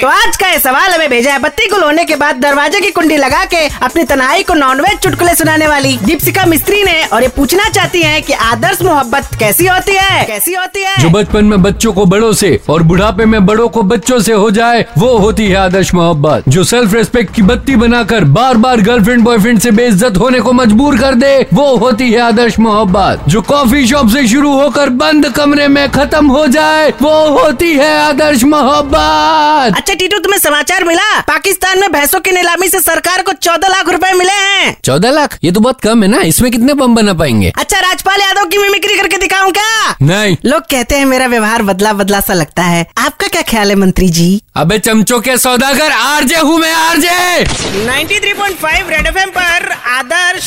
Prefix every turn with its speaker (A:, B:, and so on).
A: तो आज का ये सवाल हमें भेजा है बत्ती गुल होने के बाद दरवाजे की कुंडी लगा के अपनी तनाई को नॉनवेज चुटकुले सुनाने वाली दीपशिका मिस्त्री ने और ये पूछना चाहती है कि आदर्श मोहब्बत कैसी होती है कैसी होती है
B: जो बचपन में बच्चों को बड़ों से और बुढ़ापे में बड़ों को बच्चों से हो जाए वो होती है आदर्श मोहब्बत जो सेल्फ रेस्पेक्ट की बत्ती बनाकर बार बार गर्लफ्रेंड बॉयफ्रेंड से बेइज्जत होने को मजबूर कर दे वो होती है आदर्श मोहब्बत जो कॉफी शॉप से शुरू होकर बंद कमरे में खत्म हो जाए वो होती है आदर्श मोहब्बत
A: अच्छा टीटू तुम्हें समाचार मिला पाकिस्तान में भैंसों की नीलामी से सरकार को चौदह लाख रुपए मिले हैं
B: चौदह लाख ये तो बहुत कम है ना इसमें कितने बम बना पाएंगे
A: अच्छा राजपाल यादव की मिमिक्री करके दिखाऊं क्या
B: नहीं
A: लोग कहते हैं मेरा व्यवहार बदला बदला सा लगता है आपका क्या ख्याल है मंत्री जी
B: अबे चमचो के सौदागर आरजे हूँ मैं आरजे
C: 93.5 रेड एफएम पर आदर्श